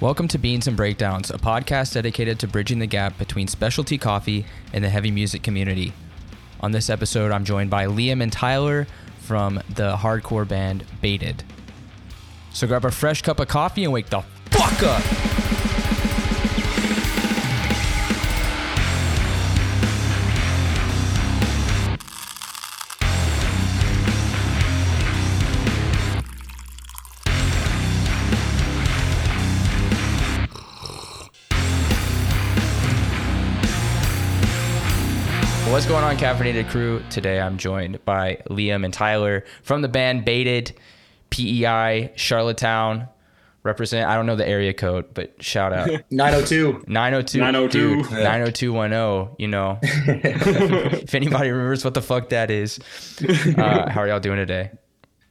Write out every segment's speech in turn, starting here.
Welcome to Beans and Breakdowns, a podcast dedicated to bridging the gap between specialty coffee and the heavy music community. On this episode, I'm joined by Liam and Tyler from the hardcore band Baited. So grab a fresh cup of coffee and wake the fuck up. What's going on, Caffeinated Crew? Today I'm joined by Liam and Tyler from the band Baited, PEI, Charlottetown. Represent, I don't know the area code, but shout out 902. 902. 902. dude, 90210, you know. if anybody remembers what the fuck that is, uh, how are y'all doing today?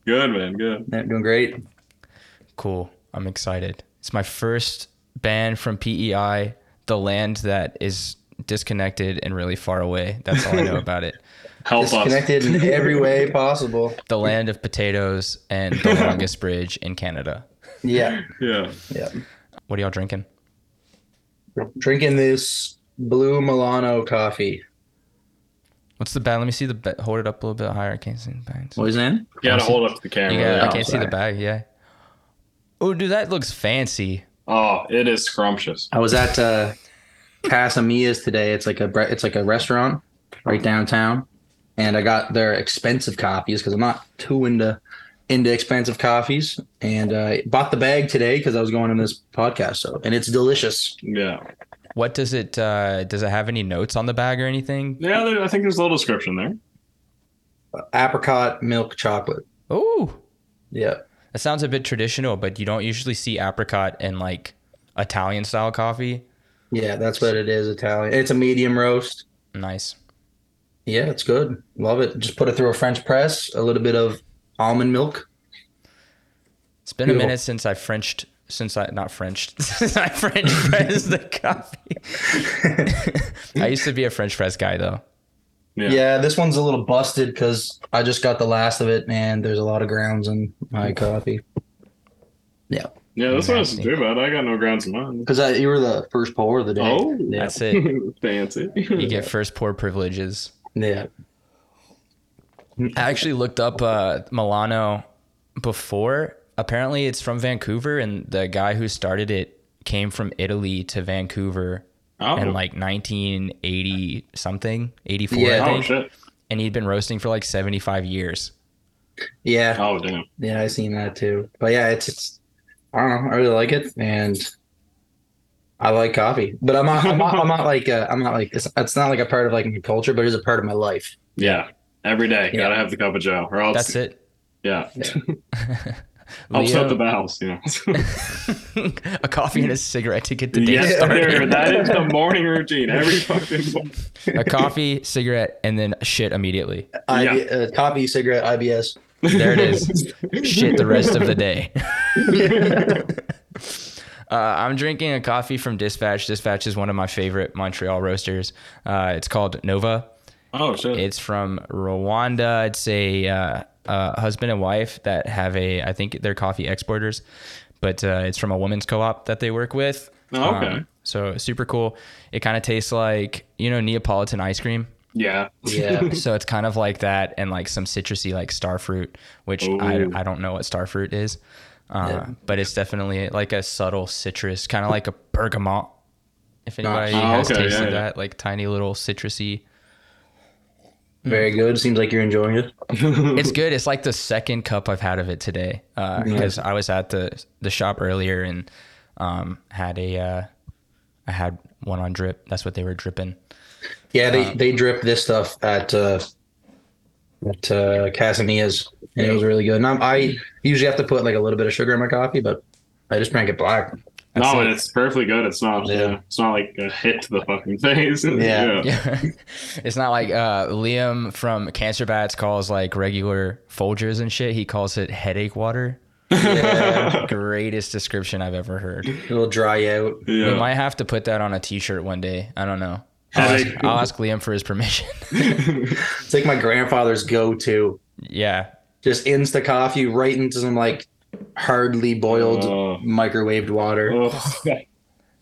Good man, good. Yeah, doing great. Cool. I'm excited. It's my first band from PEI, the land that is disconnected and really far away. That's all I know about it. Help us. Disconnected in every way possible. The land of potatoes and the longest bridge in Canada. Yeah. Yeah. Yeah. What are y'all drinking? Drinking this blue Milano coffee. What's the bag? Let me see the bag. Hold it up a little bit higher. I can't see the bags. What is that? You gotta hold up to the camera. Yeah, I Yeah. can't see the bag. Yeah. Oh, dude, that looks fancy. Oh, it is scrumptious. I was at uh, Casamia's today. It's like a bre- it's like a restaurant right downtown, and I got their expensive coffees because I'm not too into into expensive coffees. And uh, bought the bag today because I was going on this podcast. So and it's delicious. Yeah. What does it uh does it have any notes on the bag or anything? Yeah, there, I think there's a little description there. Apricot milk chocolate. Oh, Yeah. that sounds a bit traditional, but you don't usually see apricot in like Italian style coffee. Yeah, that's what it is. Italian. It's a medium roast. Nice. Yeah, it's good. Love it. Just put it through a French press, a little bit of almond milk. It's been a Beautiful. minute since I Frenched since I not Frenched since I French pressed the coffee. I used to be a French press guy though. Yeah. Yeah, this one's a little busted because I just got the last of it and there's a lot of grounds in my coffee. Yeah. Yeah, this one isn't too bad. I got no grounds in mind. Because you were the first pour of the day. Oh. yeah. That's it. Fancy. You get first pour privileges. yeah. I actually looked up uh, Milano before. Apparently, it's from Vancouver, and the guy who started it came from Italy to Vancouver Oh, in like 1980 something, 84, Yeah. I oh think. shit. And he'd been roasting for like 75 years. Yeah. Oh damn. Yeah, I seen that too. But yeah, it's, it's I don't know. I really like it and I like coffee. But I'm not I'm not, I'm not like uh, I'm not like it's, it's not like a part of like my culture, but it's a part of my life. Yeah. Every day, Yeah. gotta have the cup of Joe, or else. That's it. uh, Yeah. Helps out the Leo, bowels, you know. a coffee and a cigarette to get the day yes, sir. started. That is the morning routine. Every fucking. morning. a coffee, cigarette, and then shit immediately. I, Yeah. uh, coffee, cigarette, IBS. There it is. shit the rest of the day. Uh, I'm drinking a coffee from Dispatch. Dispatch is one of my favorite Montreal roasters. Uh, it's called Nova. Oh shit. It's from Rwanda. It's a uh, uh, husband and wife that have a, I think they're coffee exporters, but uh, it's from a women's co op that they work with. Um, Oh, okay. so super cool. It kind of tastes like, you know, Neapolitan ice cream. yeah. Yeah. So it's kind of like that and like some citrusy like starfruit, which I, Ooh. I don't know what starfruit is. Uh, But it's definitely like a subtle citrus, kind of like a bergamot. If anybody Oh, has okay, yeah, tasted yeah. that, like tiny little citrusy. Very good. Seems like you're enjoying it. It's good. It's like the second cup I've had of it today because I was at the the shop earlier and um, had a uh, I had one on drip. That's what they were dripping. Yeah, they, they drip this stuff at uh, at uh, Casamia's, and it was really good. And I'm, I usually have to put like a little bit of sugar in my coffee, but I just drank it black. That's no, it. and it's perfectly good. It's not. Yeah. Yeah. It's not like a hit to the fucking face. Yeah. Yeah. it's not like uh, Liam from Cancer Bats calls like regular Folgers and shit. He calls it headache water. Yeah. Greatest description I've ever heard. It'll dry out. We Yeah. might have to put that on a t shirt one day. I don't know. I'll ask, Headache. I'll ask Liam for his permission. It's like my grandfather's go to. yeah. Just insta coffee right into some like hardly boiled Oh. microwaved water. Ugh.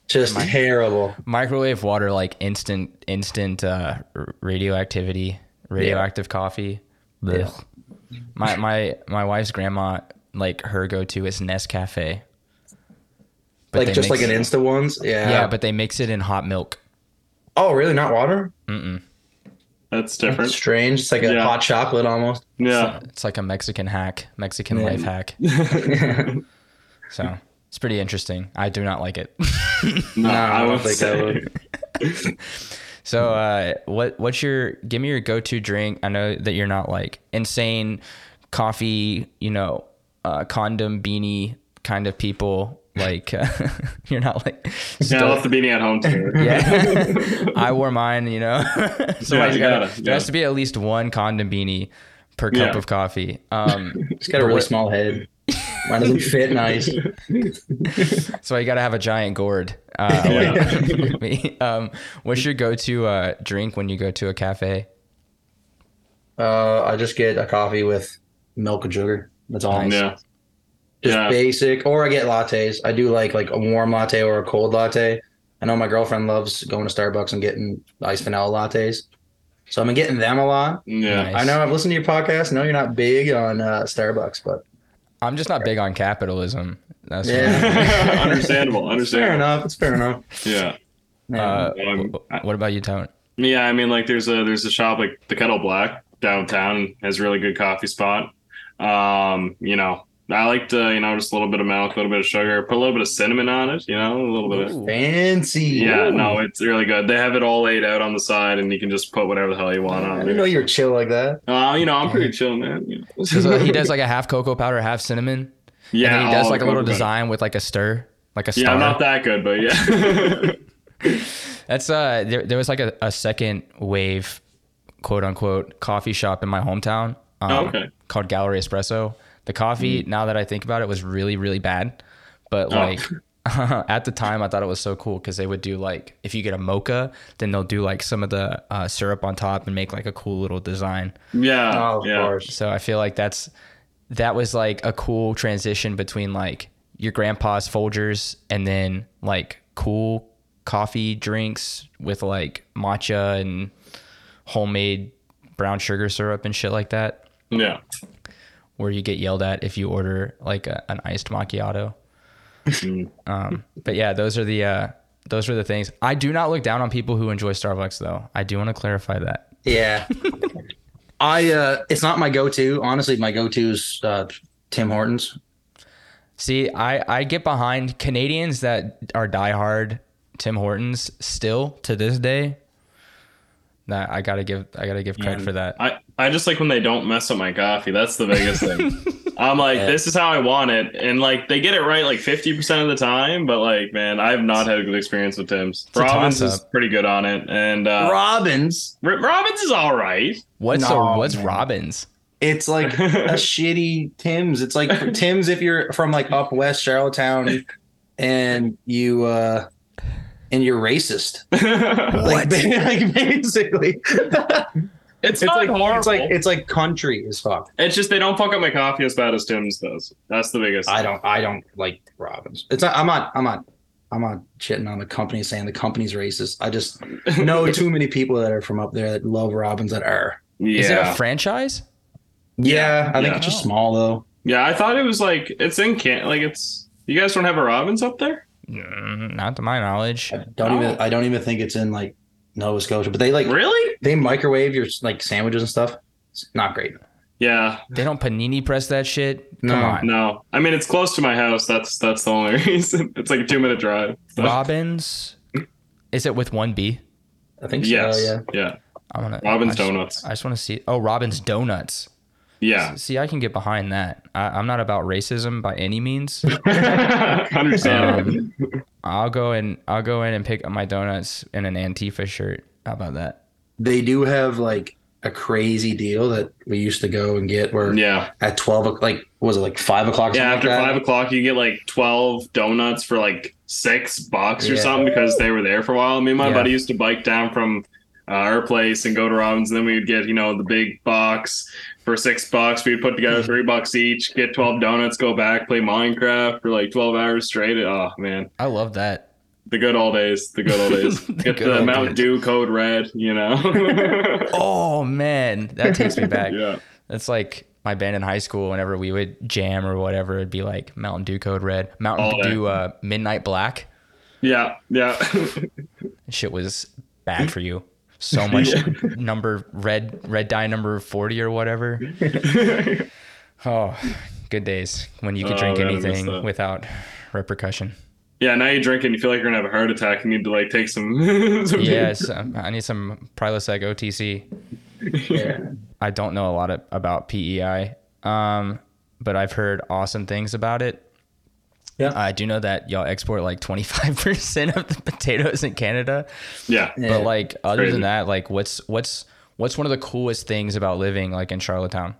Just terrible. Microwave water, like instant, instant uh, r- radioactivity, radioactive coffee. Ugh. My my my wife's grandma, like her go-to is Nescafe. But like they just like an mix- Insta ones. Yeah. Yeah, but they mix it in hot milk. oh, really? Not water? Mm-mm. That's That's different. strange. It's like a Yeah. hot chocolate almost. Yeah. It's like a Mexican hack, Mexican Yeah. life hack. no, So it's pretty interesting. I do not like it. No, I I don't would think I say. would. so uh, what what's your give me your go to drink? I know that you're not like insane coffee, you know, uh, condom beanie kind of people. Like uh, you're not like Yeah, I left the beanie at home too. yeah. I wore mine, you know. Somebody's you got gotta, to yeah. there has to be at least one condom beanie per cup Yeah. of coffee. Um, It's got a really small head. Mine doesn't fit nice. So you got to have a giant gourd. Uh, Yeah. like me. Um, what's your go-to uh, drink when you go to a cafe? Uh, I just get a coffee with milk and sugar. That's all. Nice. Yeah. Just Yeah. basic. Or I get lattes. I do like like a warm latte or a cold latte. I know my girlfriend loves going to Starbucks and getting iced vanilla lattes. So I've been getting them a lot. Yeah. Nice. I know I've listened to your podcast. I know you're not big on uh, Starbucks, but I'm just not big on capitalism. That's Yeah. understandable. it's fair Understandable. enough. It's fair enough. Yeah. what, uh, Um, I- what about you, Tone? Yeah, I mean, like there's a there's a shop like the Kettle Black downtown has a really good coffee spot. Um, you know, I like to you know just a little bit of milk, a little bit of sugar, put a little bit of cinnamon on it. You know, a little bit of Ooh. Fancy. yeah. No, it's really good. They have it all laid out on the side, and you can just put whatever the hell you want I on didn't know there. you were chill like that. Uh, you know, I'm pretty chill, man. you know. So uh, he does like a half cocoa powder, half cinnamon. yeah, And then he does oh, like a little coconut. design with like a stir, like a star. Yeah, I'm not that good, but yeah. That's uh, there, there was like a, a second wave, quote unquote, coffee shop in my hometown. Um, Oh, okay. Mm-hmm. Called Gallery Espresso. The coffee, now that I think about it, was really really bad, but Oh. like. at the time, I thought it was so cool because they would do like if you get a mocha, then they'll do like some of the uh, syrup on top and make like a cool little design. yeah, Oh, of Uh, yeah. course. So I feel like that's that was like a cool transition between like your grandpa's Folgers and then like cool coffee drinks with like matcha and homemade brown sugar syrup and shit like that, Yeah. where you get yelled at if you order like a, an iced macchiato. Mm. Um, but yeah, those are the uh, those are the things. I do not look down on people who enjoy Starbucks though. I do want to clarify that. Yeah. I uh it's not my go-to. Honestly, my go-to is uh Tim Hortons. See, I, I get behind Canadians that are diehard Tim Hortons still to this day. That I gotta give I gotta give credit for that. I, I just like when they don't mess up my coffee. That's the biggest thing. I'm like, this is how I want it. And like they get it right like 50% of the time, but like, man, I've not had a good experience with Tim's. a Robbins is toss-up. pretty good on it. And uh Robbins. R- Robbins is all right. What's No, a, what's man. Robbins? It's like a shitty Tim's. It's like for Tim's if you're from like up west Charlottetown and you uh and you're racist. Like, like basically. it's, It's not like horrible. it's like it's like country as fuck. it's just they don't fuck up my coffee as bad as Tim's does. That's the biggest. I don't I don't like Robbins. It's not I'm not I'm not I'm not shitting on the company saying the company's racist. I just know too many people that are from up there that love Robbins that are. yeah. Is it a franchise? Yeah, I think Yeah. oh. it's just small though. yeah, I thought it was like it's in can like it's you guys don't have a Robbins up there? Mm, Not to my knowledge. I don't even I don't even think it's in like Nova Scotia, but they like Oh. Really? they microwave your like sandwiches and stuff. It's not great. Yeah. They don't panini press that shit. Come No, on. No, I mean it's close to my house. That's that's the only reason. It's like a two minute drive. So- Robbins. Is it with one B? I think so. yes. Yeah. yeah. I wanna Robin's I just- Donuts. I just wanna see oh Robin's Donuts. Yeah. See, I can get behind that. I, I'm not about racism by any means. Understandable. Um, I'll go and I'll go in and pick up my donuts in an Antifa shirt. How about that? They do have like a crazy deal that we used to go and get where yeah. at twelve o- like was it like five o'clock? Yeah. something After like that? five o'clock, you get like twelve donuts for like six bucks or Yeah. something because they were there for a while. Me and my Yeah. buddy used to bike down from uh, our place and go to Robin's, and then we would get you know the big box for six bucks. We'd put together three bucks each, get 12 donuts, go back, play Minecraft for like 12 hours straight. Oh, man. I love that. The good old days. The good old days. good get the old Mountain Dew code red, you know? Oh man, that takes me back. yeah. That's like my band in high school. Whenever we would jam or whatever, it'd be like Mountain Dew Code Red, Mountain All day. Dew uh, Midnight Black. Yeah. Yeah. Shit was bad for you. So much number red red dye number forty or whatever. Oh, good days when you could Oh, drink man, I miss anything that. without repercussion. yeah. Now you drink and you feel like you're going to have a heart attack. You need to like take some. some Yes, um, I need some Prilosec OTC. I don't know a lot of, about PEI, um, but I've heard awesome things about it. Yeah. I do know that y'all export like 25% of the potatoes in Canada, Yeah. Yeah. but like other Crazy. than that, like what's what's what's one of the coolest things about living like in Charlottetown?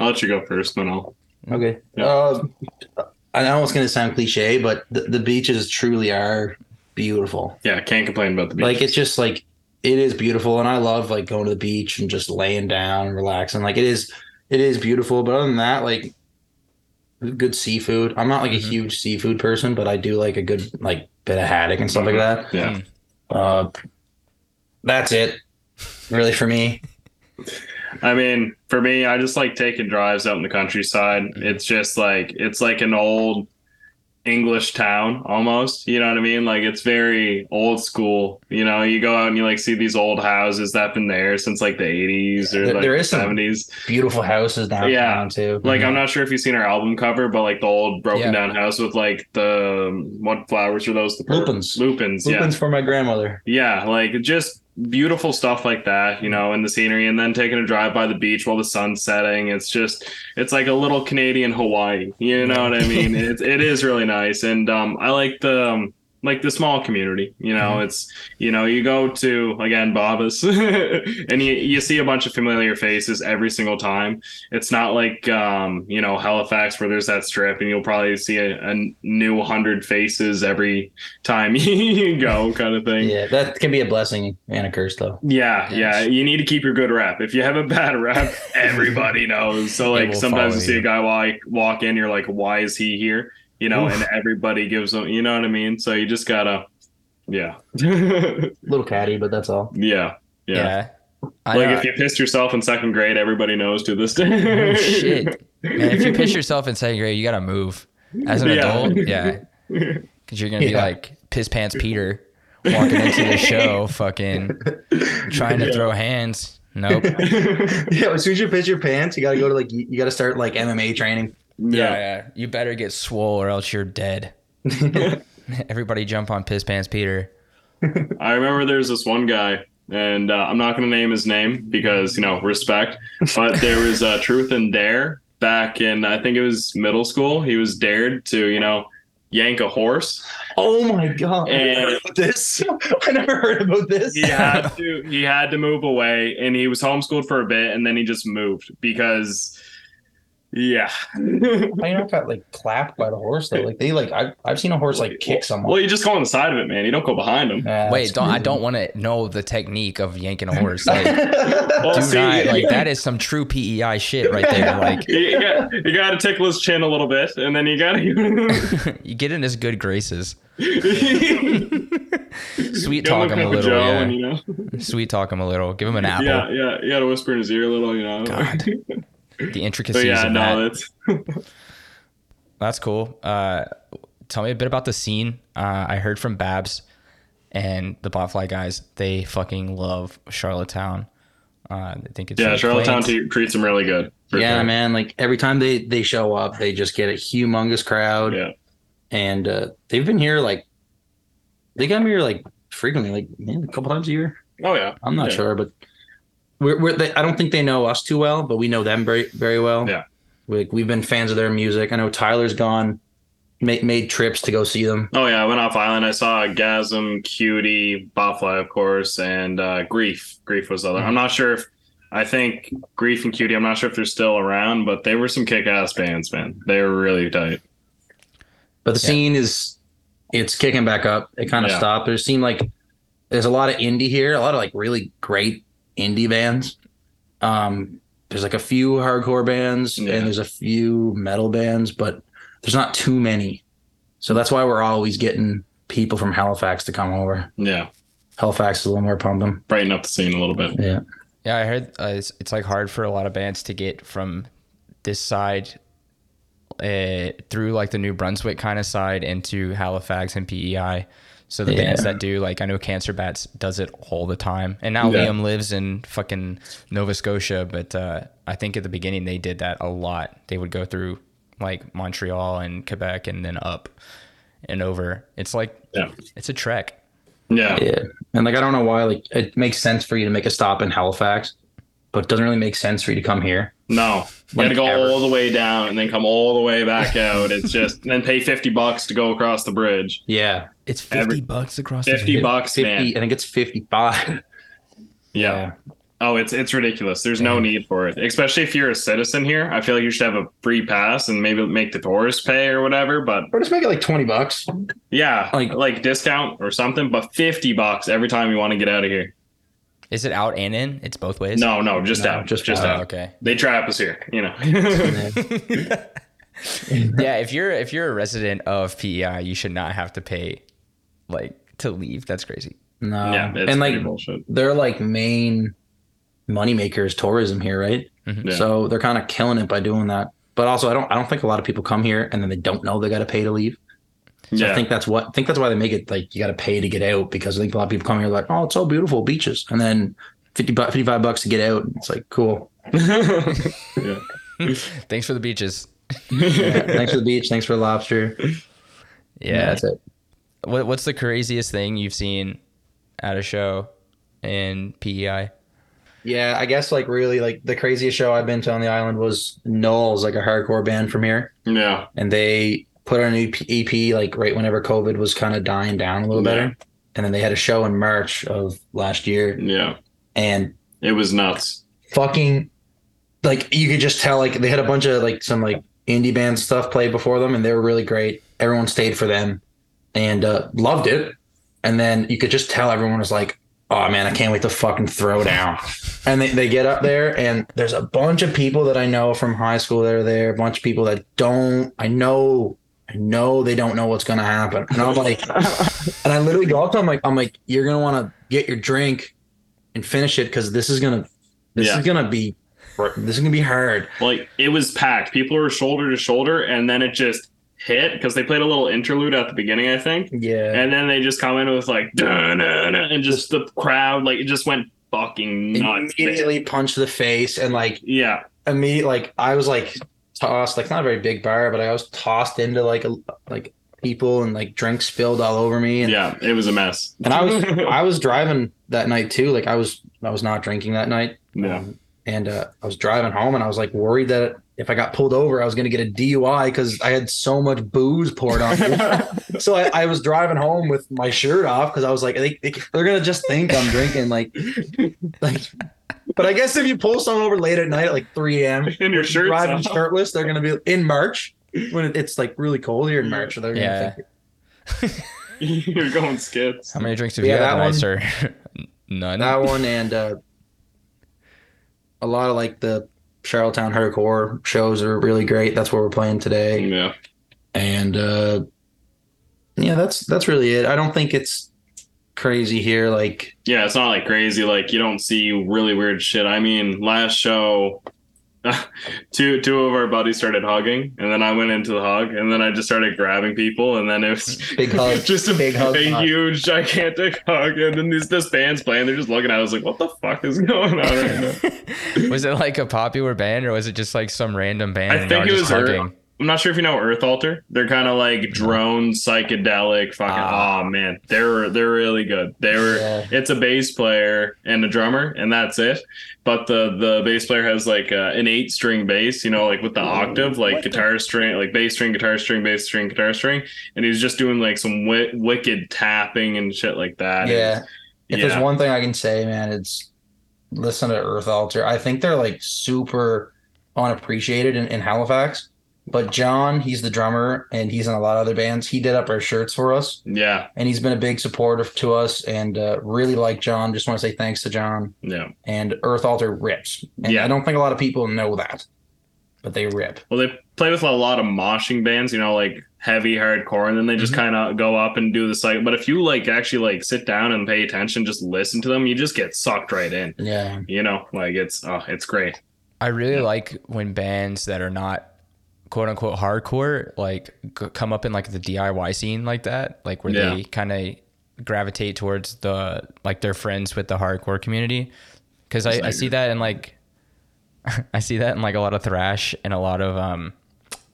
I'll let you go first, then I'll. Okay. Mm-hmm. Yeah. Uh, I know it's going to sound cliche, but the, the beaches truly are beautiful. Yeah. Can't complain about the beach. Like it's just like it is beautiful, and I love like going to the beach and just laying down and relaxing. Like it is, it is beautiful. But other than that, like good seafood. I'm not like Mhm. Mm-hmm. a huge seafood person, but I do like a good like bit of haddock and stuff like that. yeah. Uh, that's it, really for me. I mean, for me, I just like taking drives out in the countryside. It's just like it's like an old English town almost. You know what I mean? Like it's very old school. You know, you go out and you like see these old houses that have been there since like the eighties or There- like there the is some- Mm-hmm. seventies. Beautiful houses downtown Yeah. too. Mm-hmm. Like I'm not sure if you've seen our album cover, but like the old Yeah. broken down house with like the um, what flowers are those? The pur- Lupins. Lupins. Yeah. Lupin's for my grandmother. Yeah, like just beautiful stuff like that, you know, and the scenery, and then taking a drive by the beach while the sun's setting. It's just, it's like a little Canadian Hawaii. You know what I mean? it, it is really nice, and um, I like the. Um, like the small community, you know, it's you know, you go to again Babas and you, you see a bunch of familiar faces every single time. It's not like um, you know, Halifax where there's that strip and you'll probably see a, a new hundred faces every time you go kind of thing. Yeah, that can be a blessing and a curse though. Yeah, Yes. yeah. You need to keep your good rep. If you have a bad rep, everybody knows. So It like will sometimes you follow see you. a guy like walk in, you're like, why is he here? You know, and everybody gives them. You know what I mean? So you just gotta, yeah, yeah, little catty, but that's all. yeah. I Like know- if you pissed yourself in second grade, everybody knows to this day. Oh, shit. Man, if you piss yourself in second grade, you gotta move. As an Yeah. adult, yeah, because you're gonna be Yeah. like piss pants Peter walking into the show, fucking trying to Yeah. throw hands. Nope. Yeah, Yeah, as soon as you piss your pants, you gotta go to like you, you gotta start like MMA training. yeah. You better get swole or else you're dead. Everybody jump on piss pants Peter. I remember there's this one guy, and uh, I'm not going to name his name because, you know, respect, but there was uh, Truth and Dare back in, I think it was middle school. He was dared to, you know, yank a horse. Oh my god! I never heard And- about this I never heard about this. He had to he had to move away and he was homeschooled for a bit and then he just moved because yeah. I know I got like clapped by the horse though. Like they like I I've seen a horse like kick someone. Well, you just go on the side of it, man. You don't go behind him. Nah, Wait, it's don't I crazy. don't want to know the technique of yanking a horse. Like, Well, do see, not like yeah. that is some true PEI shit right there. Like You, you got, you got to tickle his chin a little bit, and then you got to you get in his good graces. Sweet Go talk look him a up little. Joe, yeah. and, you know. Sweet talk him a little. Give him an apple. Yeah, yeah, you gotta whisper in his ear a little, you know. God. The but intricacies yeah, of no, that. that's That's cool. Uh, tell me a bit about the scene. Uh, I heard from Babs and the Botfly guys. They fucking love Charlottetown. Uh, I think it's yeah, like Charlottetown Plains. te- treats him really good. for yeah, sure. man. Like every time they they show up, they just get a humongous crowd. Yeah. and uh, they've been here like they got me here like frequently, like man, a couple times a year. Oh yeah, I'm not Yeah. sure, but we're, we're they, I don't think they know us too well, but we know them very very well. Yeah. we, we've been fans of their music. I know Tyler's gone, made made trips to go see them. Oh yeah, I went off island. I saw Gasm, Cutie, Botfly, of course, and uh, Grief. Grief was the other. I'm not sure if I think Grief and Cutie. I'm not sure if they're still around, but they were some kick-ass bands, man. They were really tight. But the Yeah. scene is it's kicking back up. It kind of Yeah. stopped. There seemed like there's a lot of indie here, a lot of like really great indie bands. Um, there's like a few hardcore bands Yeah. and there's a few metal bands, but there's not too many. So that's why we're always getting people from Halifax to come over. Yeah, Halifax is a little more pumping. brighten up the scene a little bit. Yeah. Yeah, I heard uh, it's, it's like hard for a lot of bands to get from this side uh, through like the New Brunswick kind of side into Halifax and PEI. So the bands that do like I know Cancer Bats does it all the time, and now Yeah. Liam lives in fucking Nova Scotia. But uh, I think at the beginning they did that a lot. They would go through like Montreal and Quebec, and then up and over. It's like Yeah. it's a trek. Yeah, Yeah. And like I don't know why, like it makes sense for you to make a stop in Halifax, but it doesn't really make sense for you to come here. no, you got to Like go ever. all the way down and then come all the way back out. It's just and then pay fifty bucks to go across the bridge. Yeah. It's fifty Every- bucks across Fifty bucks, man. Fifty I think it's fifty five. yeah. Oh, it's it's ridiculous. There's no need for it, especially if you're a citizen here. I feel like you should have a free pass and maybe make the tourists pay or whatever. But Or just make it like twenty bucks. yeah, Like- like like discount or something. But fifty bucks every time you want to get out of here. Is it out and in? It's both ways. No, no, just No, out, just just, uh, Oh, out. out. okay. They trap us here, you know. yeah, if you're if you're a resident of PEI, you should not have to pay like to leave. That's crazy. No. yeah, it's um, and like pretty bullshit. they're like main moneymaker is tourism here, right? Mhm. Yeah. So they're kind of killing it by doing that. But also, I don't, I don't think a lot of people come here and then they don't know they got to pay to leave. So yeah, I think that's what, I think that's why they make it like you got to pay to get out because I think a lot of people come here like, oh, it's so beautiful beaches, and then 50 bu- 55 bucks to get out. It's like cool. yeah. Thanks for the beaches. thanks for the beach. Thanks for the lobster. Yeah. that's it. What what's the craziest thing you've seen at a show in E PEI? Yeah, I guess like really like the craziest show I've been to on the island was Knowles, like a hardcore band from here. yeah, and they put out an E EP, EP like right whenever COVID was kind of dying down a little Yeah. better. And then they had a show in March of last year, yeah. and It was nuts. fucking like you could just tell like they had a bunch of like some like indie band stuff played before them, and they were really great. Everyone stayed for them and uh, loved it. And then you could just tell everyone was like, "Oh man, I can't wait to fucking throw down." and they, they get up there, and there's a bunch of people that I know from high school that are there. A bunch of people that don't. I know, I know they don't know what's gonna happen. And I'm like, and I literally go up to them like, I'm like, "You're gonna want to get your drink and finish it because this is gonna, this Yeah. is gonna be, this is gonna be hard." Like it was packed. People were shoulder to shoulder, and then it just hit because they played a little interlude at the beginning, I think. Yeah. And then they just come in with like, "Dun, dun, dun," and just the crowd, like, it just went fucking nuts. immediately punch the face and like Yeah. immediate like I was like tossed like it's not a very big bar, but I was tossed into like a like people and like drinks spilled all over me and Yeah. It was a mess. and I was I was driving that night too. Like I was I was not drinking that night. Yeah. Um, and uh, I was driving home and I was like worried that if I got pulled over, I was going to get a DUI because I had so much booze poured on me. so I, I was driving home with my shirt off because I was like, they, they, they're going to just think I'm drinking. Like, like, but I guess if you pull someone over late at night at like 3 a.m., in your shirt. driving shirtless, they're going to be in March when it, it's like really cold here in March. So they're gonna Yeah. think- You're going skits. How many drinks have Yeah, you had that tonight, one. sir? None. that one and uh, a lot of like the Charlottetown hardcore shows are really great. That's where we're playing today. Yeah. and uh yeah that's that's really it i don't think it's crazy here like Yeah. It's not like crazy. Like, you don't see really weird shit. I mean, last show. two two of our buddies started hugging, and then I went into the hug, and then I just started grabbing people, and then it was big hug just a, big hug a hug. huge, gigantic hug, and then this this band's playing. They're just looking at us like, "What the fuck is going on right now?" was it like a popular band or was it just like some random band? I and y'all think it just was er her- hugging? I'm not sure if you know Earth Alter. They're kind of like drone psychedelic fucking. Ah. oh man, they're they're really good. They were. Yeah. It's a bass player and a drummer, and that's it. But the the bass player has like uh, an eight string bass, you know, like with the octave, like guitar string, like bass string, guitar string, bass string, guitar string, and he was just doing like some wi- wicked tapping and shit like that. yeah if Yeah. there's one thing i can say man it's listen to earth alter i think they're like super unappreciated in, in halifax But John, he's the drummer and he's in a lot of other bands. He did up our shirts for us Yeah. and he's been a big supporter to us and uh, really like John. Just want to say thanks to John Yeah. and Earth Alter rips. And Yeah. I don't think a lot of people know that, but they rip. Well, they play with a lot of moshing bands, you know, like heavy hardcore, and then they just kind of go up and do the cycle. But if you like actually like sit down and pay attention, just listen to them, you just get sucked right in. Yeah. You know, like it's oh, it's great. I really Yeah. like when bands that are not quote unquote hardcore like g- come up in like the DIY scene like that, like where Yeah. they kind of gravitate towards the like their friends with the hardcore community. Cause I, I see that in like, I see that in like a lot of thrash and a lot of um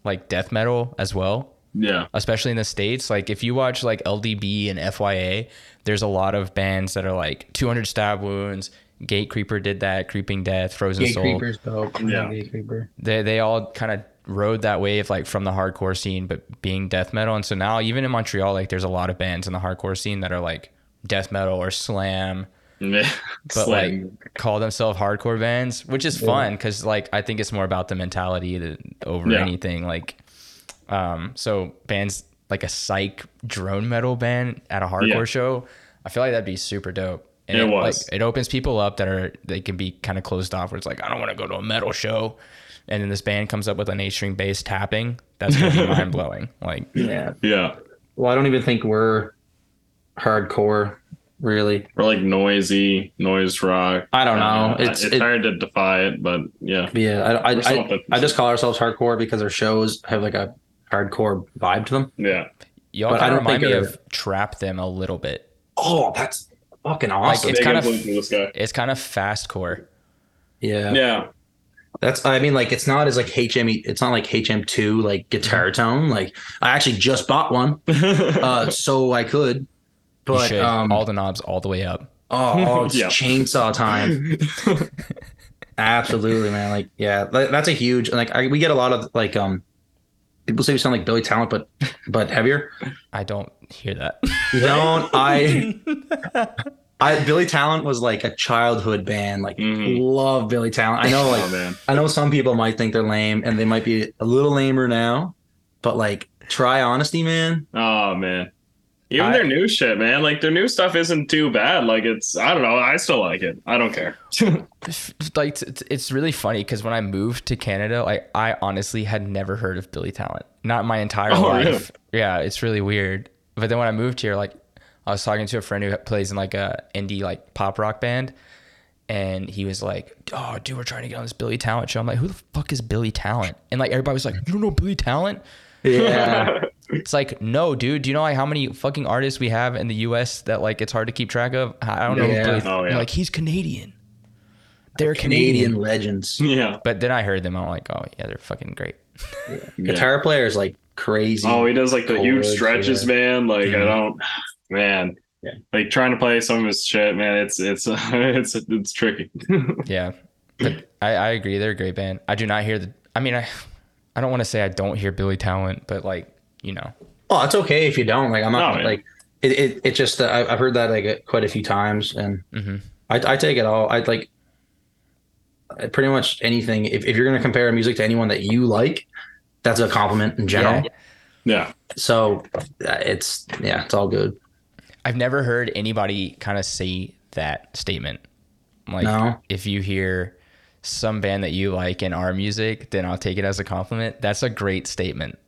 like death metal as well Yeah, especially in the states like if you watch like ldb and fya there's a lot of bands that are like 200 stab wounds gate creeper did that creeping death frozen Gate soul Creeper's dope. Yeah. Gate Creeper. they, they all kind of rode that wave like from the hardcore scene but being death metal and so now even in montreal like there's a lot of bands in the hardcore scene that are like death metal or slam but but like call themselves hardcore bands, which is fun because like I think it's more about the mentality than over Yeah. anything. Like, um, so bands like a psych drone metal band at a hardcore Yeah. show, I feel like that'd be super dope. And It like, was. it opens people up that are they can be kind of closed off where it's like I don't want to go to a metal show, and then this band comes up with an eight string bass tapping. That's gonna be mind blowing. Like, Yeah. yeah, Well, I don't even think we're hardcore, really. or like noisy noise rock. I don't know. It's It's, it's it- hard to defy it, but yeah, yeah. I, I, We're I, something. I just call ourselves hardcore because our shows have like a hardcore vibe to them. yeah, y'all But I kind of don't remind think me it- of Trap Them a little bit. Oh, that's fucking awesome. It's Big kind of- influence from this guy. It's kind of fast core. yeah. Yeah, That's I mean like it's not as like HM it's not like HM2 like guitar Mm-hmm. tone like I actually just bought one uh so I could You but should. um all the knobs all the way up. oh, oh, it's Yeah. chainsaw time absolutely man like yeah like, that's a huge like I, we get a lot of like um people say we sound like Billy Talent but but heavier I don't hear that. don't I I Billy Talent was like a childhood band like Mhm. love Billy Talent I know like oh man, I know some people might think they're lame and they might be a little lamer now, but like try honesty, man. oh man. Even I- their new shit, man. Like their new stuff isn't too bad. Like it's, I don't know. I still like it. I don't care. like t- t- it's really funny because when I moved to Canada, like I honestly had never heard of Billy Talent, not in my entire Oh, really? life. Yeah, it's really weird. But then when I moved here, like I was talking to a friend who plays in like a indie like pop rock band, and he was like, "Oh, dude, we're trying to get on this Billy Talent show." I'm like, "Who the fuck is Billy Talent?" And like everybody was like, "You don't know Billy Talent?" Yeah. It's like, no, dude. Do you know like how many fucking artists we have in the U.S. that like it's hard to keep track of? I don't know. Yeah. Billy- Oh, yeah. Like he's Canadian. They're Canadian Canadian. legends. yeah. But then I heard them. I'm like, oh yeah, they're fucking great. Guitar players like crazy. Oh, he does like the huge Chords, stretches, yeah. man. Like Mhm. I don't, man. Yeah. Like trying to play some of his shit, man. It's it's it's it's tricky. Yeah, but I, I agree. They're a great band. I do not hear the. I mean, I I don't want to say I don't hear Billy Talent, but like you know, oh, it's okay if you don't. Like I'm No, not man. like it. It, it just uh, I, I've heard that like quite a few times, and hmm I, I take it all. I'd like uh, pretty much anything. If, if you're gonna compare music to anyone that you like, that's a compliment in general. Yeah. So uh, it's yeah, it's all good. I've never heard anybody kind of say that statement. Like No. if you hear some band that you like in our music, then I'll take it as a compliment. That's a great statement.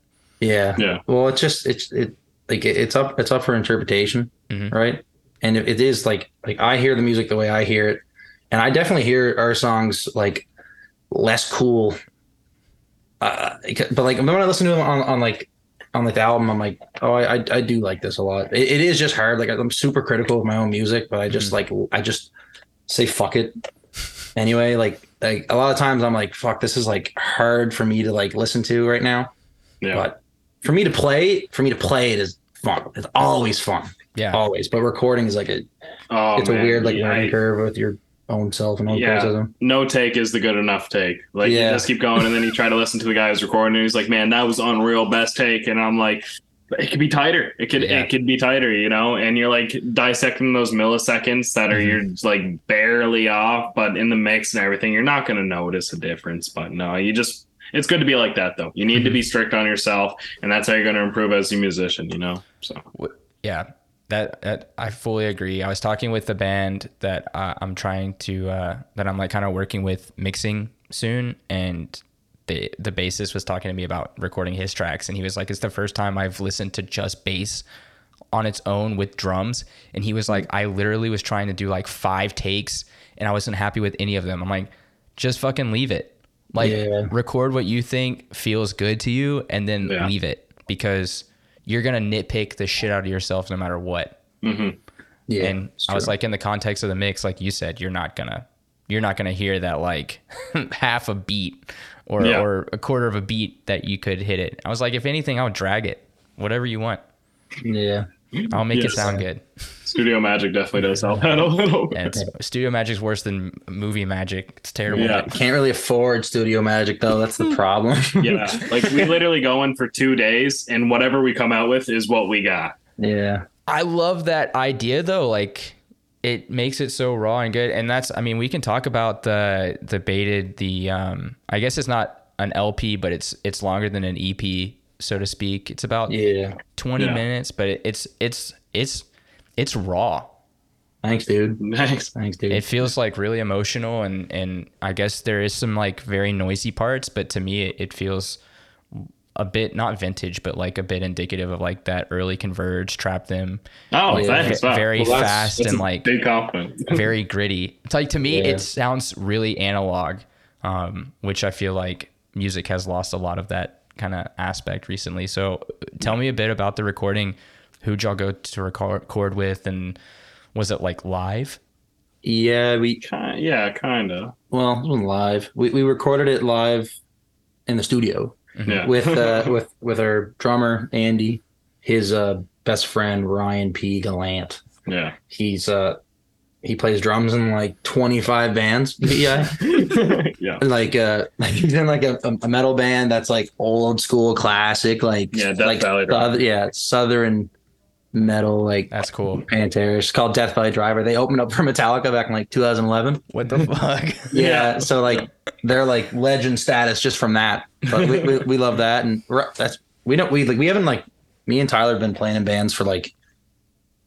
Yeah. Yeah. Well, it's just it's it like it- it's up it's up for interpretation, Mhm. right? And it, it is like like I hear the music the way I hear it, and I definitely hear our songs like less cool. Uh, but like when I listen to them on, on like on like the album, I'm like, oh, I I, I do like this a lot. It, it is just hard. Like I'm super critical of my own music, but I just like I just say fuck it anyway. Like like a lot of times I'm like, fuck, this is like hard for me to like listen to right now Yeah. but for me to play for me to play it is fun it's always fun Yeah. always but recording is like a oh, it's a man. weird like Yeah, learning I- curve with your own self and own Yeah. criticism no take is the good enough take. Like Yeah. you just keep going, and then you try to listen to the guy who's recording, and he's like, "Man, that was unreal, best take." And I'm like, "It could be tighter. It could Yeah. it could be tighter, you know." And you're like dissecting those milliseconds that are Mhm. you're like barely off, but in the mix and everything, you're not gonna notice a difference. But no, you just It's good to be like that though. You need to be strict on yourself, and that's how you're going to improve as a musician. You know, so Wh- yeah that, that i fully agree i was talking with the band that I, i'm trying to uh, that i'm like kind of working with mixing soon and the the bassist was talking to me about recording his tracks and he was like it's the first time i've listened to just bass on its own with drums and he was like i literally was trying to do like five takes and i wasn't happy with any of them i'm like just fucking leave it like Yeah. record what you think feels good to you and then Yeah. leave it because you're gonna nitpick the shit out of yourself no matter what. mm-hmm. Yeah. and it's I was true. like, in the context of the mix, like you said, you're not gonna you're not gonna hear that like half a beat or Yeah. or a quarter of a beat that you could hit it. I was like, if anything, I'll drag it. Whatever you want. yeah. I'll make it Yes. sound good. studio magic definitely does help out a little. And it's, studio magic's worse than movie magic. It's terrible. Yeah. Can't really afford Studio Magic though. That's the problem. yeah, like we literally go in for two days, and whatever we come out with is what we got. yeah. I love that idea though. Like it makes it so raw and good. And that's I mean, we can talk about the the baited the um I guess it's not an LP, but it's it's longer than an EP, so to speak. It's about Yeah. 20 Yeah. minutes, but it, it's it's it's it's raw. Thanks, dude. Next, Thanks, dude. It feels like really emotional and and I guess there is some like very noisy parts, but to me it, it feels a bit not vintage, but like a bit indicative of like that early converge, trap them, oh, Yeah. thanks. Wow. very that's- fast that's and a like big compliment. very gritty. It's like to me, Yeah. it sounds really analog, um, which I feel like music has lost a lot of that kind of aspect recently. So, tell me a bit about the recording. Who'd y'all go to record, record with, and was it like live? yeah, we Ki- yeah, kind of. well, it wasn't live. We we recorded it live in the studio Mm-hmm. Yeah, with uh with with our drummer Andy, his uh best friend Ryan P. Gallant. yeah. He's uh he plays drums in like 25 bands. Yeah. yeah. like uh like he's in like a, a metal band that's like old school classic like Yeah, Death like Valley south- yeah southern metal like That's cool. Pantera. It's called Death Valley Driver. They opened up for Metallica back in like 2011. What the fuck? Yeah, Yeah. so like they're like legend status just from that. But we, we, we love that, and we're, that's we don't we like we haven't like me and Tyler have been playing in bands for like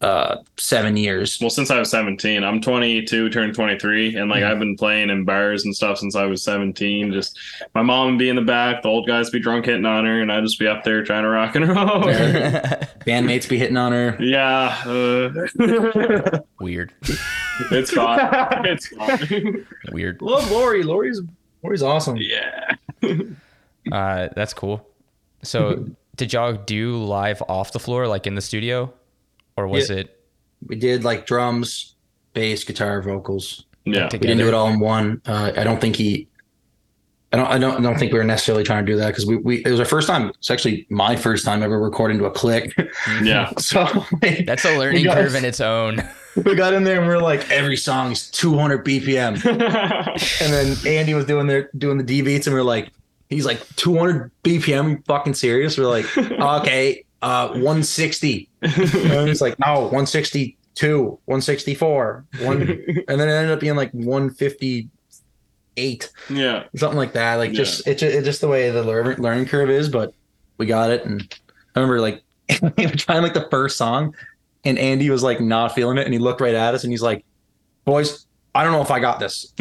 uh seven years. Well, since I was 17, I'm 22, turned 23, and like Mm-hmm. I've been playing in bars and stuff since I was 17. Just my mom would be in the back, the old guys be drunk hitting on her, and I'd just be up there trying to rock and Oh, roll. Bandmates be hitting on her. yeah, uh, Weird. it's fun. It's fun. Weird. Love Lori. Lori's Lori's awesome. yeah. Uh, that's cool. So, did y'all do live off the floor, like in the studio, or was it We did like drums, bass, guitar, vocals. Yeah. We didn't do together? it all in one. Uh, I don't think he. I don't. I don't. I don't think we were necessarily trying to do that because we, we. It was our first time. It's actually my first time ever recording to a click. Yeah. so like, That's a learning guys- curve in its own. we got in there and we are like, every song's 200 BPM, and then Andy was doing their doing the D beats, and we are like, he's like 200 BPM. You fucking serious? We're like, okay, uh, 160. And he's like, no, 162, 164, one, and then it ended up being like 158. yeah. something like that. Like Yeah. just it's, it's just the way the lear- learning curve is, but we got it. And I remember like we were trying like the first song, and Andy was like not feeling it, and he looked right at us, and he's like, "Boys, I don't know if I got this."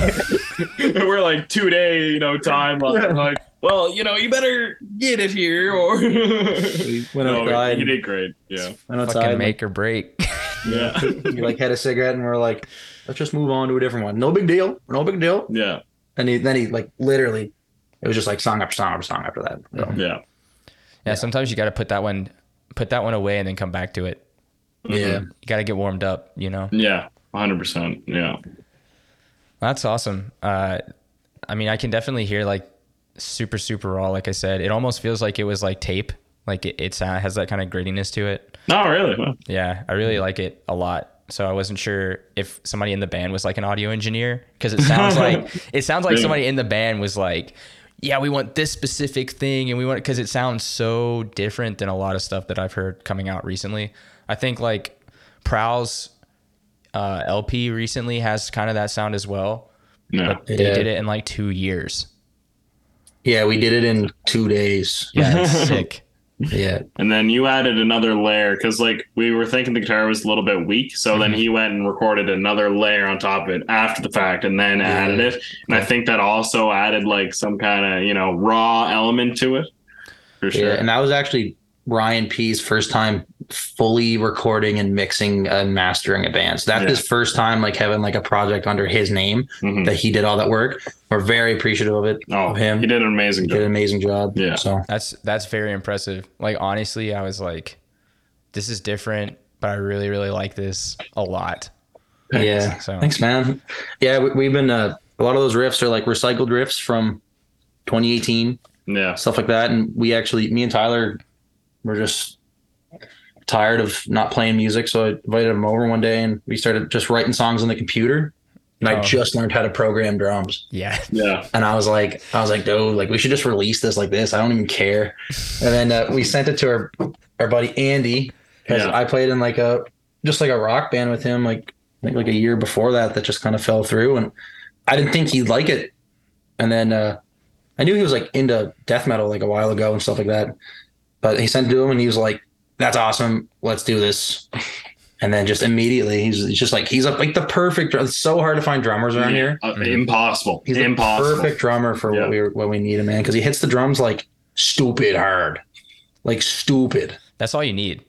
and we're like two day, you know, time. on it. Like, well, you know, you better get it here, or We went no, outside, you did great. Yeah, went outside, Fucking make or break. yeah, and he like had a cigarette, and we are like, "Let's just move on to a different one. No big deal. No big deal." yeah, And he, then he like literally, it was just like song after song after song after that. So, yeah. Yeah, sometimes you got to put that one put that one away and then come back to it. Mm-hmm. yeah. You got to get warmed up, you know. Yeah, hundred percent. Yeah, That's awesome. Uh I mean, I can definitely hear like super super raw like I said. It almost feels like it was like tape. Like it it's uh, has that kind of grittiness to it. no, really. Well, Yeah, I really like it a lot. So I wasn't sure if somebody in the band was like an audio engineer because it sounds like it sounds like Yeah. somebody in the band was like, yeah, we want this specific thing and we want because it sounds so different than a lot of stuff that I've heard coming out recently. I think like Prowl's uh, LP recently has kind of that sound as well. No, They Yeah. did it in like two years. Yeah, we did it in two days. Yeah, it's sick. Yeah. And then you added another layer because, like, we were thinking the guitar was a little bit weak. So Mm-hmm. then he went and recorded another layer on top of it after the fact and then Yeah. added it. And I think that also added, like, some kind of, you know, raw element to it for Yeah. sure. And that was actually Ryan P's first time fully recording and mixing and mastering a band. So that's Yeah. his first time like having like a project under his name Mhm. that he did all that work. We're very appreciative of it. Oh, of him. He did an amazing He did job. an amazing job. Yeah. So That's that's very impressive. Like honestly, I was like, this is different, but I really really like this a lot. yeah. So Thanks, man. Yeah, we, we've been uh, a lot of those riffs are like recycled riffs from 2018, Yeah. stuff like that. And we actually, me and Tyler, were just tired of not playing music, so I invited him over one day, and we started just writing songs on the computer. And Oh. I just learned how to program drums, yeah, Yeah. and I was like, I was like, dude, like we should just release this like this. I don't even care. And then uh, we sent it to our our buddy Andy because Yeah. I played in like a just like a rock band with him like I think like a year before that that just kind of fell through and I didn't think he'd like it and then uh I knew he was like into death metal like a while ago and stuff like that but he sent it to him and he was like that's awesome let's do this and then just immediately he's, he's just like he's a, like the perfect dr- it's so hard to find drummers around here Uh, Mhm. Impossible. he's the impossible. perfect drummer for Yeah. what we what we need him man because he hits the drums like stupid hard like stupid that's all you need.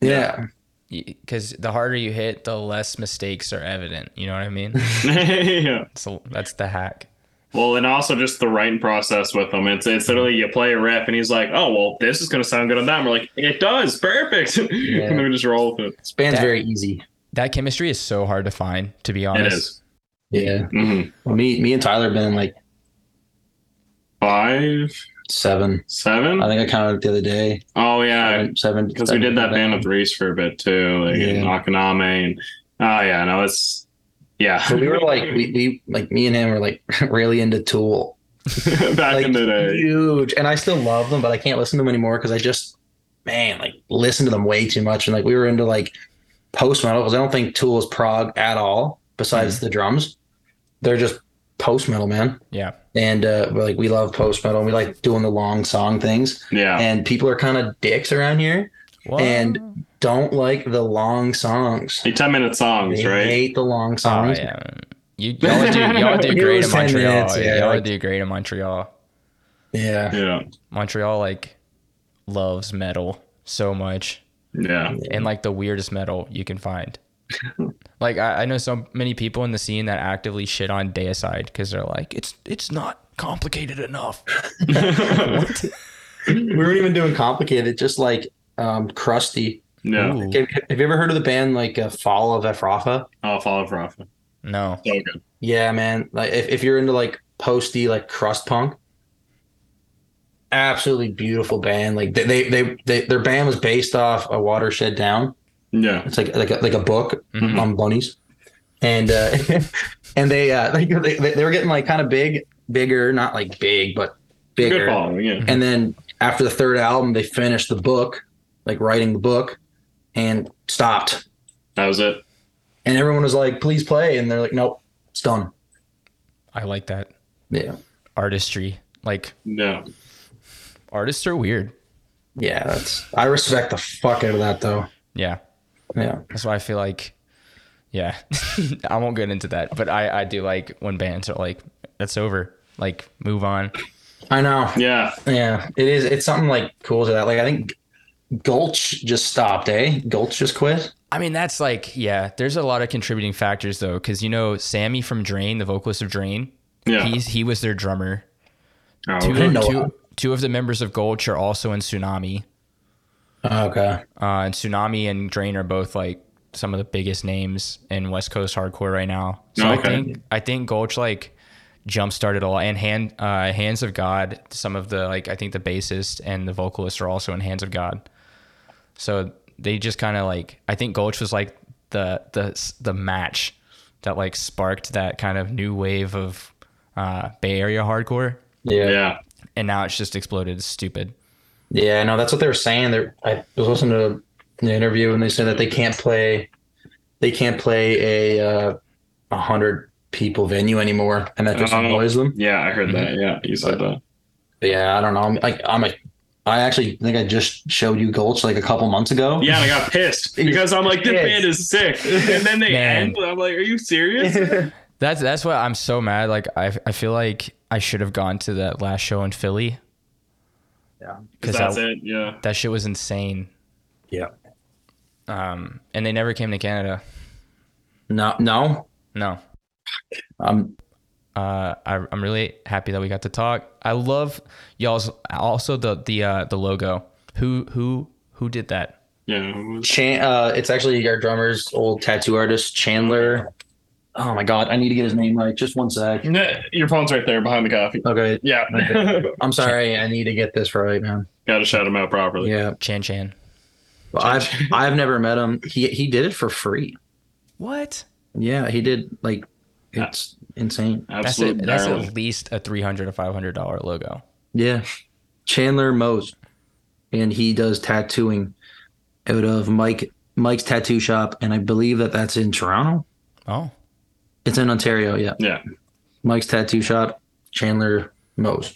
yeah Because the harder you hit, the less mistakes are evident. You know what I mean? yeah. So that's the hack. Well, and also just the writing process with him. It's it's literally you play a riff and he's like, oh well, this is gonna sound good on that. And we're like, it does, perfect. and then we just roll with it. this band's That- very easy That chemistry is so hard to find. To be honest, It is yeah Mhm. Well, me, me and Tyler have been in like five, seven. seven. I think I counted it the other day. oh yeah, Uh, Seven- Seven. because we did that band with Reese for a bit too, like in Yeah. Akaname and oh yeah, no, it's yeah. But we were like, we, we like me and him were like really into Tool, back like in the day. huge. And I still love them, but I can't listen to them anymore because I just man like listen to them way too much. And like we were into like post metal because I don't think Tool is prog at all. Besides Mm-hmm. the drums, they're just post metal, man. Yeah. And uh, but, like we love post metal, and we like doing the long song things. Yeah, And people are kind of dicks around here. Whoa. And- don't like the long songs. like ten minute songs, They right? hate the long oh, songs. yeah. You, y'all would do, y'all would do It great was in 10 Montreal. minutes, yeah, yeah, y'all like- would do great in Montreal. Yeah. Yeah, Montreal like loves metal so much. yeah, and like the weirdest metal you can find. like I, I know so many people in the scene that actively shit on Deicide because they're like, it's it's not complicated enough. We weren't even doing complicated, just like um crusty. yeah. Ooh. Have, have you ever heard of the band like uh, Fall of Ephrafa? Oh, Fall of Rafa. No, So good. Yeah, man. Like if, if you're into like posty like crust punk, absolutely beautiful band. Like they they, they, they their band was based off a Watershed Down. Yeah. It's like like a, like a book Mm-hmm. Mhm. on bunnies, and uh, and they uh like they, they were getting like kind of big, bigger, not like big, but bigger. Good following, yeah. And then after the third album, they finished the book, like writing the book, and stopped. That was it. And everyone was like, "Please play," and they're like, "Nope, it's done." I like that Yeah, artistry. Like Yeah. artists are weird. yeah. That's I respect the fuck out of that though. Yeah, Yeah, that's why I feel like. Yeah, I won't get into that, but I I do like when bands are like, that's over. Like move on. I know. Yeah. Yeah, it is. It's something like cool to that. Like I think Gulch just stopped. Eh, Gulch just quit. I mean, that's like, yeah, there's a lot of contributing factors though, because you know, Sammy from Drain, the vocalist of Drain, Yeah. he's he was their drummer Oh, two, okay. didn't know two- that. two of the members of Gulch are also in Tsunami. Oh, Okay. Uh, and Tsunami and Drain are both like some of the biggest names in West Coast hardcore right now. So I Okay. think I think Gulch like jump started a lot and hand uh, Hands of God, some of the like I think the bassist and the vocalist are also in Hands of God. So they just kind of like I think Gulch was like the the the match that like sparked that kind of new wave of uh, Bay Area hardcore Yeah. Yeah. and now it's just exploded. It's stupid. Yeah, no, that's what they were saying. They're, I was listening to an interview and they said that they can't play, they can't play a uh, a hundred people venue anymore, and that just Oh. annoys them. Yeah, I heard that. Yeah, you said that. But yeah, I don't know. I'm like I'm a I actually think I just showed you Gulch like a couple months ago. Yeah, and I got pissed because I'm like, this band is sick, and then they Man. end. and I'm like, are you serious? That's that's why I'm so mad. Like I I feel like I should have gone to that last show in Philly Yeah. Because that- that's it. Yeah. that shit was insane. Yeah. Um, and they never came to Canada. No, no. No. Um, Uh, I, I'm really happy that we got to talk. I love y'all's also the the uh, the logo. Who who who did that? Yeah. Chan- uh, it's actually our drummer's old tattoo artist Chandler. Oh my god, I need to get his name right. Just one sec. Nah, Your phone's right there behind the coffee. Okay, Yeah. I'm sorry. I need to get this right, man. Gotta shout him out properly. Yeah, Chan Chan. well, I've I've never met him. He he did it for free. What? Yeah, he did. Like, it's insane. That's Absolute it. That's darling. at least a three hundred to five hundred dollar logo. Yeah, Chandler Mose, and he does tattooing out of Mike Mike's tattoo shop, and I believe that that's in Toronto. Oh, It's in Ontario. Yeah. Yeah. Mike's tattoo shop, Chandler Mose.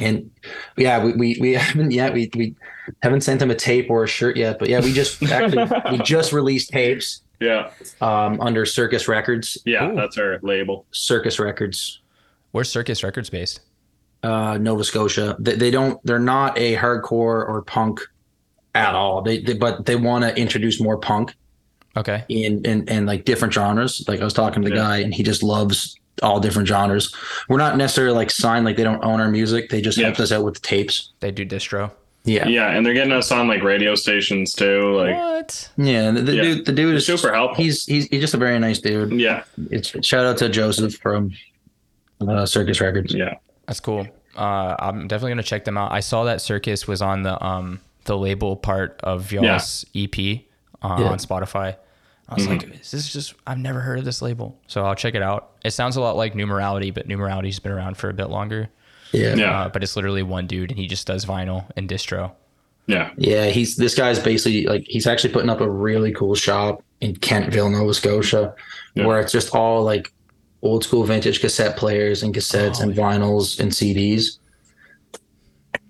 And yeah, we, we, we haven't yet we, we haven't sent him a tape or a shirt yet, but yeah, we just actually we just released tapes Yeah. um, under Circus Records. Yeah. Ooh. That's our label. Circus Records, where's Circus Records based? uh, Nova Scotia. They, they don't they're not a hardcore or punk at all. They, they but they want to introduce more punk Okay. in and and like different genres. Like I was talking to the Yeah. guy, and he just loves all different genres. We're not necessarily like signed, like they don't own our music. They just Yeah. helped us out with the tapes. They do distro. Yeah, yeah. Yeah, and they're getting us on like radio stations too. Like, what? and the, the Yeah. dude, the dude is super helpful. He's he's he's just a very nice dude. Yeah. It's shout out to Joseph from uh, Circus Records. Yeah. That's cool. Uh, I'm definitely gonna check them out. I saw that Circus was on the um the label part of y'all's EP uh, Yeah. Mm-hmm. on Spotify. I was like, is this just? I've never heard of this label, so I'll check it out. It sounds a lot like Numerality, but Numerality's been around for a bit longer. Yeah. yeah. Yeah. Uh, but it's literally one dude, and he just does vinyl and distro. Yeah. he's this guy's basically like he's actually putting up a really cool shop in Kentville, Nova Scotia, Yeah. where it's just all like old school vintage cassette players and cassettes Oh, and vinyls and CDs.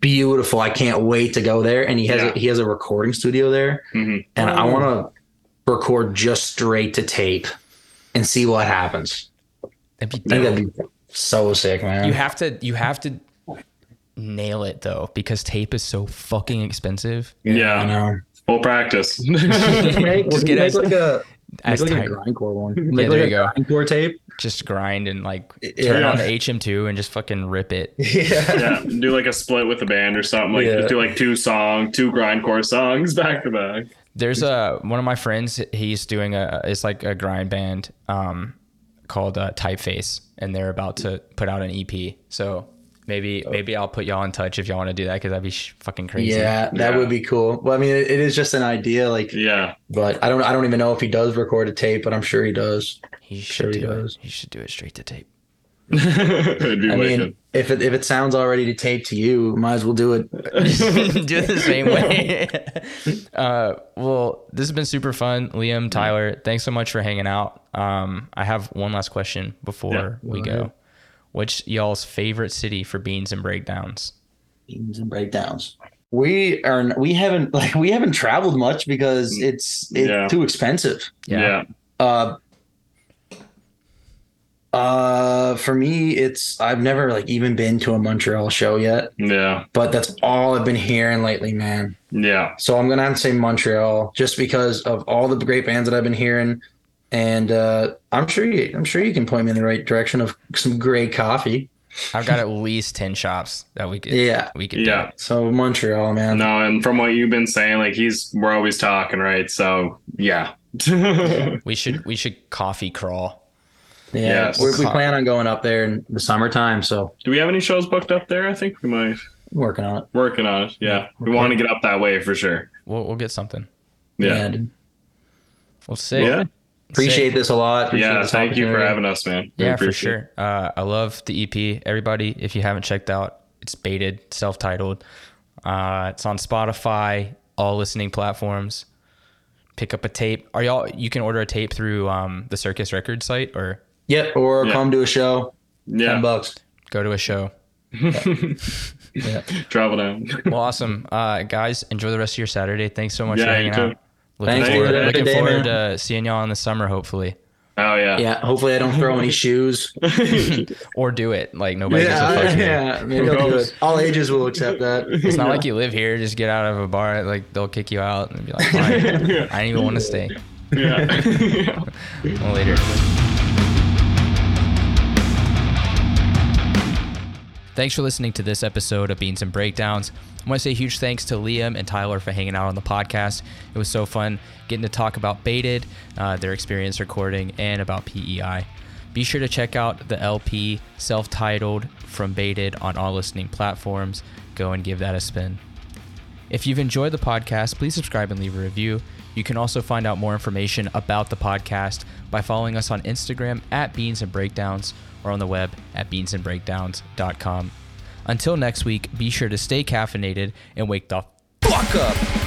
Beautiful! I can't wait to go there. And he has Yeah. a, he has a recording studio there, hmm and I Oh. want to record just straight to tape and see what happens. That'd be I think dope. that'd be so sick, man. You have to. You have to nail it though, because tape is so fucking expensive. I Yeah. know. Full practice. Just get as, like a, as tight. grindcore one. Make there like you a Grindcore tape. just grind and like Yeah. turn on the HM2 and just fucking rip it. Yeah. yeah. Do like a split with the band or something. Like, Yeah. just do like two song, two grindcore songs back to back. There's a one of my friends. He's doing a it's like a grind band um called uh, Typeface, and they're about to put out an EP. So maybe Oh. maybe I'll put y'all in touch if y'all want to do that because that'd be sh- fucking crazy. Yeah, that Yeah. would be cool. Well, I mean, it, it is just an idea, like, Yeah. but I don't, I don't even know if he does record a tape, but I'm sure he does. he Sure should he do does. it. He should do it straight to tape. It'd be I wicked. mean, if it if it sounds already to tape to you, might as well do it. do it the same way. uh, well, this has been super fun, Liam, Tyler. Thanks so much for hanging out. Um, I have one last question before we go go. ahead. What's y'all's favorite city for beans and breakdowns? Beams and breakdowns. We are, we haven't, like, we haven't traveled much because it's it's Mm. Yeah. too expensive. yeah. Uh, uh, for me, it's I've never like even been to a Montreal show yet, Yeah. but that's all I've been hearing lately, man. Yeah. So I'm gonna have to say Montreal just because of all the great bands that I've been hearing, and uh, I'm sure you, I'm sure you can point me in the right direction of some great coffee. I've got at least ten shops that we could Yeah. we could Yeah. do. So Montreal, man. No, and from what you've been saying, like he's we're always talking, right? So yeah. yeah. We should we should coffee crawl. Yeah, Yes. we we plan on going up there in the summertime, so Do we have any shows booked up there? I think we might I'm working on it. working on it. Yeah. We want to get up that way for sure. We'll we'll get something. Yeah. dude. We'll see. Yeah. appreciate this a lot. Yeah. Appreciate this thank you for opportunity. having us, man. We Yeah, for appreciate it. sure. Uh, I love the EP. Everybody, if you haven't checked out, it's baited, self-titled. Uh, it's on Spotify, all listening platforms. Pick up a tape. Are y'all? You can order a tape through um, the Circus Records site or Yep, or Yeah. come to a show. Yeah. Ten bucks. go to a show. Yeah. Travel down. Well, awesome, uh, guys. Enjoy the rest of your Saturday. Thanks so much Yeah, for you hanging too. out. Looking Thanks for forward, the looking day, forward man. to seeing y'all in the summer, hopefully, Oh yeah. Yeah. Hopefully, I don't throw any shoes. or do it. Like nobody gives a fuck. here. maybe I'll do it. All ages will accept that. It's not like you live here. Just get out of a bar. Like they'll kick you out and be like, Fine. I didn't even want to stay. yeah. Well, later. Thanks for listening to this episode of Beans and Breakdowns. I want to say a huge thanks to Liam and Tyler for hanging out on the podcast. It was so fun getting to talk about Baited, uh, their experience recording, and about PEI. Be sure to check out the LP self titled from Baited on all listening platforms. Go and give that a spin. If you've enjoyed the podcast, please subscribe and leave a review. You can also find out more information about the podcast by following us on Instagram at Beans and Breakdowns or on the web at beansandbreakdowns.com. Until next week, be sure to stay caffeinated and wake the fuck up.